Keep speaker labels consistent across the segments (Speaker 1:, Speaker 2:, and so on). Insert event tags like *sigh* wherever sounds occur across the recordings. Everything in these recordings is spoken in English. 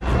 Speaker 1: Uh,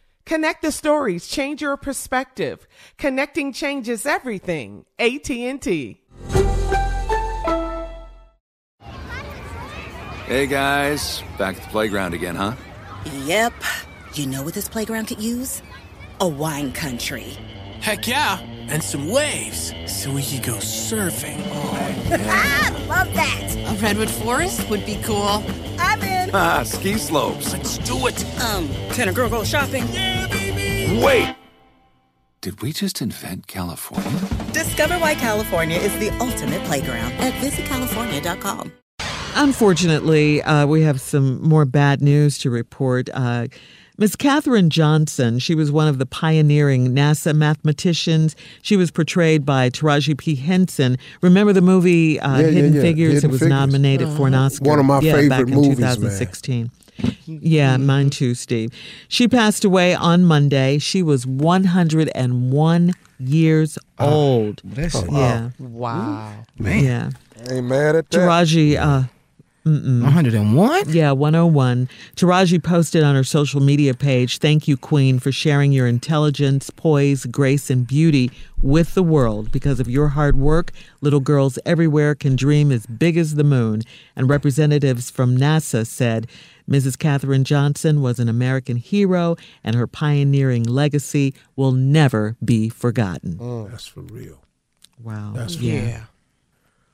Speaker 2: Connect the stories, change your perspective. Connecting changes everything. AT&T.
Speaker 3: Hey guys, back at the playground again, huh? *laughs*
Speaker 4: Yep. You know what this playground could use? A wine country.
Speaker 5: Heck yeah, and some waves so we could go surfing. Oh,
Speaker 4: yeah. ah, *laughs* love that.
Speaker 6: A redwood forest would be cool.
Speaker 4: I'm in.
Speaker 3: Ah, ski slopes.
Speaker 5: Let's do it.
Speaker 4: Um, can a girl go shopping?
Speaker 5: Yeah, baby.
Speaker 3: Wait. Did we just invent California?
Speaker 4: Discover why California is the ultimate playground at visitcalifornia.com.
Speaker 1: Unfortunately, uh, we have some more bad news to report. Uh, Ms. Katherine Johnson, she was one of the pioneering NASA mathematicians. She was portrayed by Taraji P. Henson. Remember the movie uh,
Speaker 7: Yeah, yeah,
Speaker 1: Hidden
Speaker 7: yeah.
Speaker 1: Figures?
Speaker 7: Hidden
Speaker 1: it was
Speaker 7: Figures.
Speaker 1: nominated for an Oscar.
Speaker 7: One of my
Speaker 1: yeah,
Speaker 7: favorite
Speaker 1: back in
Speaker 7: movies, man.
Speaker 1: 2016. Yeah, mine too, Steve. She passed away on Monday. She was 101 years old.
Speaker 7: Ah, listen.
Speaker 1: Oh, yeah,
Speaker 2: Wow.
Speaker 7: Man,
Speaker 1: yeah.
Speaker 7: ain't mad at that.
Speaker 1: Taraji, uh,
Speaker 8: 101?
Speaker 1: Yeah, 101. Taraji posted on her social media page Thank you, Queen, for sharing your intelligence, poise, grace, and beauty with the world. Because of your hard work, little girls everywhere can dream as big as the moon. And representatives from NASA said Mrs. Katherine Johnson was an American hero, and her pioneering legacy will never be forgotten.
Speaker 7: That's for real.
Speaker 1: Wow.
Speaker 7: That's for real.
Speaker 2: Yeah.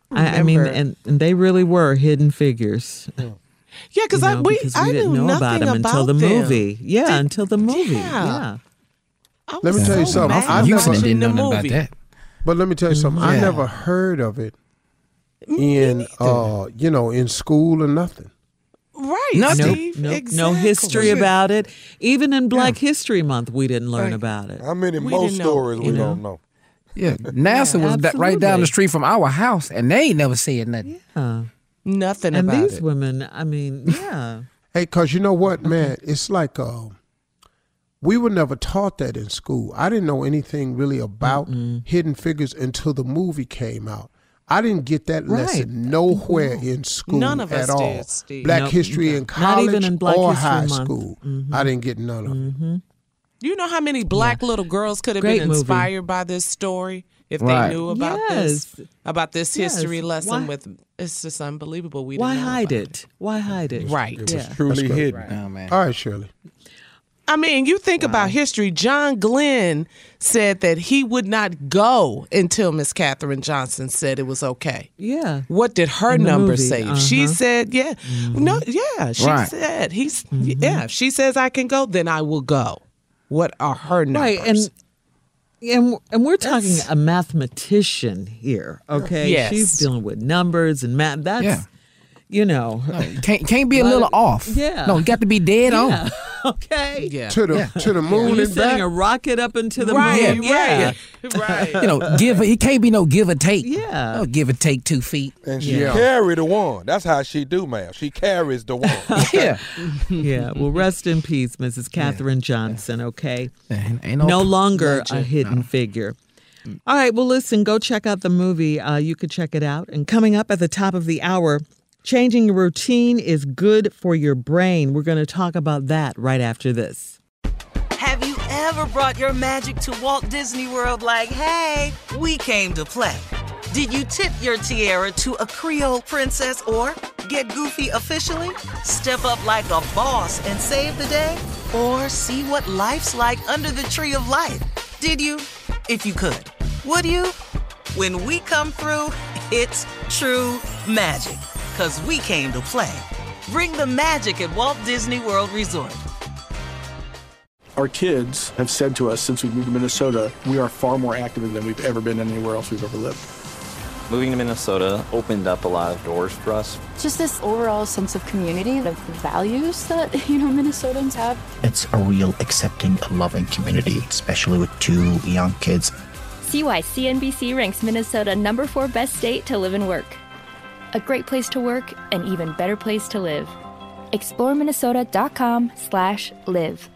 Speaker 1: I, I mean,
Speaker 2: Remember-
Speaker 1: and, and they really were hidden figures.
Speaker 2: Yeah, cause
Speaker 1: you
Speaker 2: I
Speaker 1: know,
Speaker 2: we,
Speaker 1: because
Speaker 2: I
Speaker 1: didn't
Speaker 2: knew
Speaker 1: know about
Speaker 2: nothing
Speaker 1: him until the
Speaker 2: them.
Speaker 1: movie. Yeah, until the movie.
Speaker 2: yeah.
Speaker 1: Yeah.
Speaker 2: I
Speaker 7: Let me
Speaker 2: was
Speaker 7: tell you
Speaker 2: so
Speaker 7: something.
Speaker 2: mad
Speaker 7: I
Speaker 2: watching
Speaker 7: never-
Speaker 8: Houston didn't
Speaker 2: the
Speaker 8: know nothing
Speaker 2: movie.
Speaker 8: about that.
Speaker 7: But let me tell you something. I
Speaker 8: Yeah.
Speaker 7: never heard of it in uh, you know, in school or nothing.
Speaker 2: Right,
Speaker 8: Nothing.
Speaker 1: No,
Speaker 2: Steve.
Speaker 1: no,
Speaker 2: exactly.
Speaker 1: no history
Speaker 7: Shit.
Speaker 1: about it. Even in Black History Month, we didn't learn
Speaker 2: Right.
Speaker 1: about it.
Speaker 7: I mean, in
Speaker 2: We
Speaker 7: most
Speaker 2: didn't know,
Speaker 7: stories,
Speaker 1: you
Speaker 7: we
Speaker 1: know.
Speaker 7: don't know.
Speaker 8: Yeah, NASA was da- right
Speaker 1: absolutely.
Speaker 8: down the street from our house, and they ain't never said nothing.
Speaker 1: Huh.
Speaker 2: Nothing
Speaker 1: And
Speaker 2: about
Speaker 1: these
Speaker 2: it.
Speaker 1: women, I
Speaker 2: *laughs*
Speaker 1: mean, yeah.
Speaker 7: Hey, cause you know what, man? It's like uh, we were never taught that in school. I didn't know anything really about Hidden Figures until the movie came out. I didn't get that
Speaker 1: Right.
Speaker 7: lesson nowhere in school.
Speaker 2: None of
Speaker 7: at
Speaker 2: us
Speaker 7: all.
Speaker 2: did, Steve.
Speaker 7: Black
Speaker 1: Nope.
Speaker 7: history in
Speaker 1: Not
Speaker 7: college
Speaker 1: even in Black
Speaker 7: or
Speaker 1: History
Speaker 7: high
Speaker 1: Month.
Speaker 7: school. I didn't get none of it.
Speaker 2: You know how many black little girls could have
Speaker 1: Great
Speaker 2: been
Speaker 1: movie.
Speaker 2: inspired by this story if
Speaker 8: Right.
Speaker 2: they knew about this
Speaker 1: Yes.
Speaker 2: about this
Speaker 1: Yes.
Speaker 2: history lesson
Speaker 1: Why-
Speaker 2: with it's just unbelievable we
Speaker 1: Why
Speaker 2: didn't know
Speaker 1: hide
Speaker 2: about
Speaker 1: it? Why hide it?
Speaker 2: Right.
Speaker 1: Yeah.
Speaker 9: Truly hidden.
Speaker 8: No, man.
Speaker 7: All right, Shirley.
Speaker 10: I mean, you think about history. John Glenn said that he would not go until Miss Katherine Johnson said it was okay.
Speaker 2: Yeah.
Speaker 10: What did her
Speaker 2: In the
Speaker 10: number
Speaker 2: movie,
Speaker 10: say? If She
Speaker 2: uh-huh.
Speaker 10: said, "Yeah, no, yeah." She
Speaker 2: Right.
Speaker 10: said, "He's
Speaker 2: Mm-hmm.
Speaker 10: yeah." If she says I can go, then I will go. What are her numbers?
Speaker 2: Right, and and and we're talking a mathematician here. Okay,
Speaker 11: Yes.
Speaker 2: she's dealing with numbers and math. That's
Speaker 11: Yeah.
Speaker 2: you know
Speaker 11: can't can't be a little off.
Speaker 2: Yeah,
Speaker 11: No, you got to be dead on.
Speaker 2: *laughs* Okay.
Speaker 10: Yeah.
Speaker 12: To the to the moon
Speaker 2: You're
Speaker 12: and back.
Speaker 2: sending a rocket up into the
Speaker 11: Right,
Speaker 2: moon.
Speaker 11: right,
Speaker 2: yeah. right.
Speaker 11: You know, give it can't be no give or take.
Speaker 2: Yeah.
Speaker 11: No give or take two feet.
Speaker 13: And she carry the one. That's how she do, ma'am. She carries the one.
Speaker 11: yeah.
Speaker 2: *laughs* yeah. Well, rest in peace, Mrs. Katherine Johnson. Okay.
Speaker 11: ain't
Speaker 2: no,
Speaker 11: no-
Speaker 2: longer
Speaker 11: no
Speaker 2: a
Speaker 11: joke,
Speaker 2: hidden figure. All right. Well, listen, go check out the movie. Uh, you could check it out. And coming up at the top of the hour, changing your routine is good for your brain. We're going to talk about that right after this.
Speaker 14: Have you ever brought your magic to Walt Disney World like, hey, we came to play? Did you tip your tiara to a Creole princess or get goofy officially? Step up like a boss and save the day? Or see what life's like under the tree of life? Did you? If you could. Would you? When we come through, it's true magic. Cause we came to play. Bring the magic at Walt Disney World Resort.
Speaker 15: Our kids have said to us since we moved to Minnesota, we are far more active than we've ever been anywhere else we've ever lived.
Speaker 3: Moving to Minnesota opened up a lot of doors for us.
Speaker 16: Just this overall sense of community, of the values that, *laughs* you know, Minnesotans have.
Speaker 7: It's a real accepting, loving community, especially with two young kids.
Speaker 17: See why CNBC ranks Minnesota number four best state to live and work. A great place to work, an even better place to live. ExploreMinnesota.com slash live.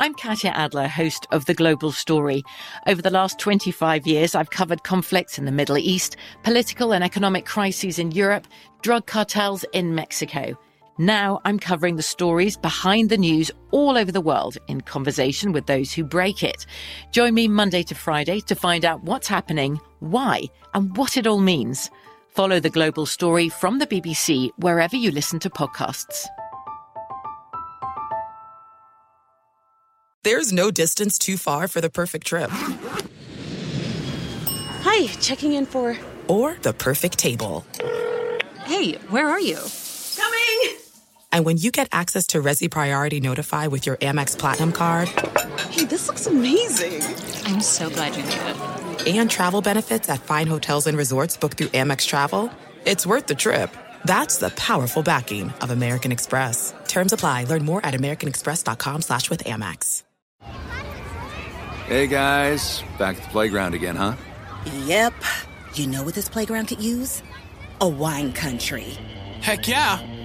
Speaker 18: I'm Katya Adler, host of The Global Story. Over the last 25 years, I've covered conflicts in the Middle East, political and economic crises in Europe, drug cartels in Mexico. Now I'm covering the stories behind the news all over the world in conversation with those who break it. Join me Monday to Friday to find out what's happening, why, and what it all means. Follow The Global Story from the BBC wherever you listen to podcasts.
Speaker 19: There's no distance too far for the perfect trip.
Speaker 20: Hi, checking in for.
Speaker 19: Or the perfect table.
Speaker 20: Hey, where are you? Coming!
Speaker 19: And when you get access to Resi Priority Notify with your Amex Platinum card
Speaker 20: Hey, this looks amazing! I'm so glad you made it.
Speaker 19: and travel benefits at fine hotels and resorts booked through Amex Travel, it's worth the trip. That's the powerful backing of American Express. Terms apply. Learn more at americanexpress.com slash with Amex.
Speaker 21: Hey guys, back at the playground again, huh?
Speaker 22: Yep. You know what this playground could use? A wine country.
Speaker 23: Heck yeah,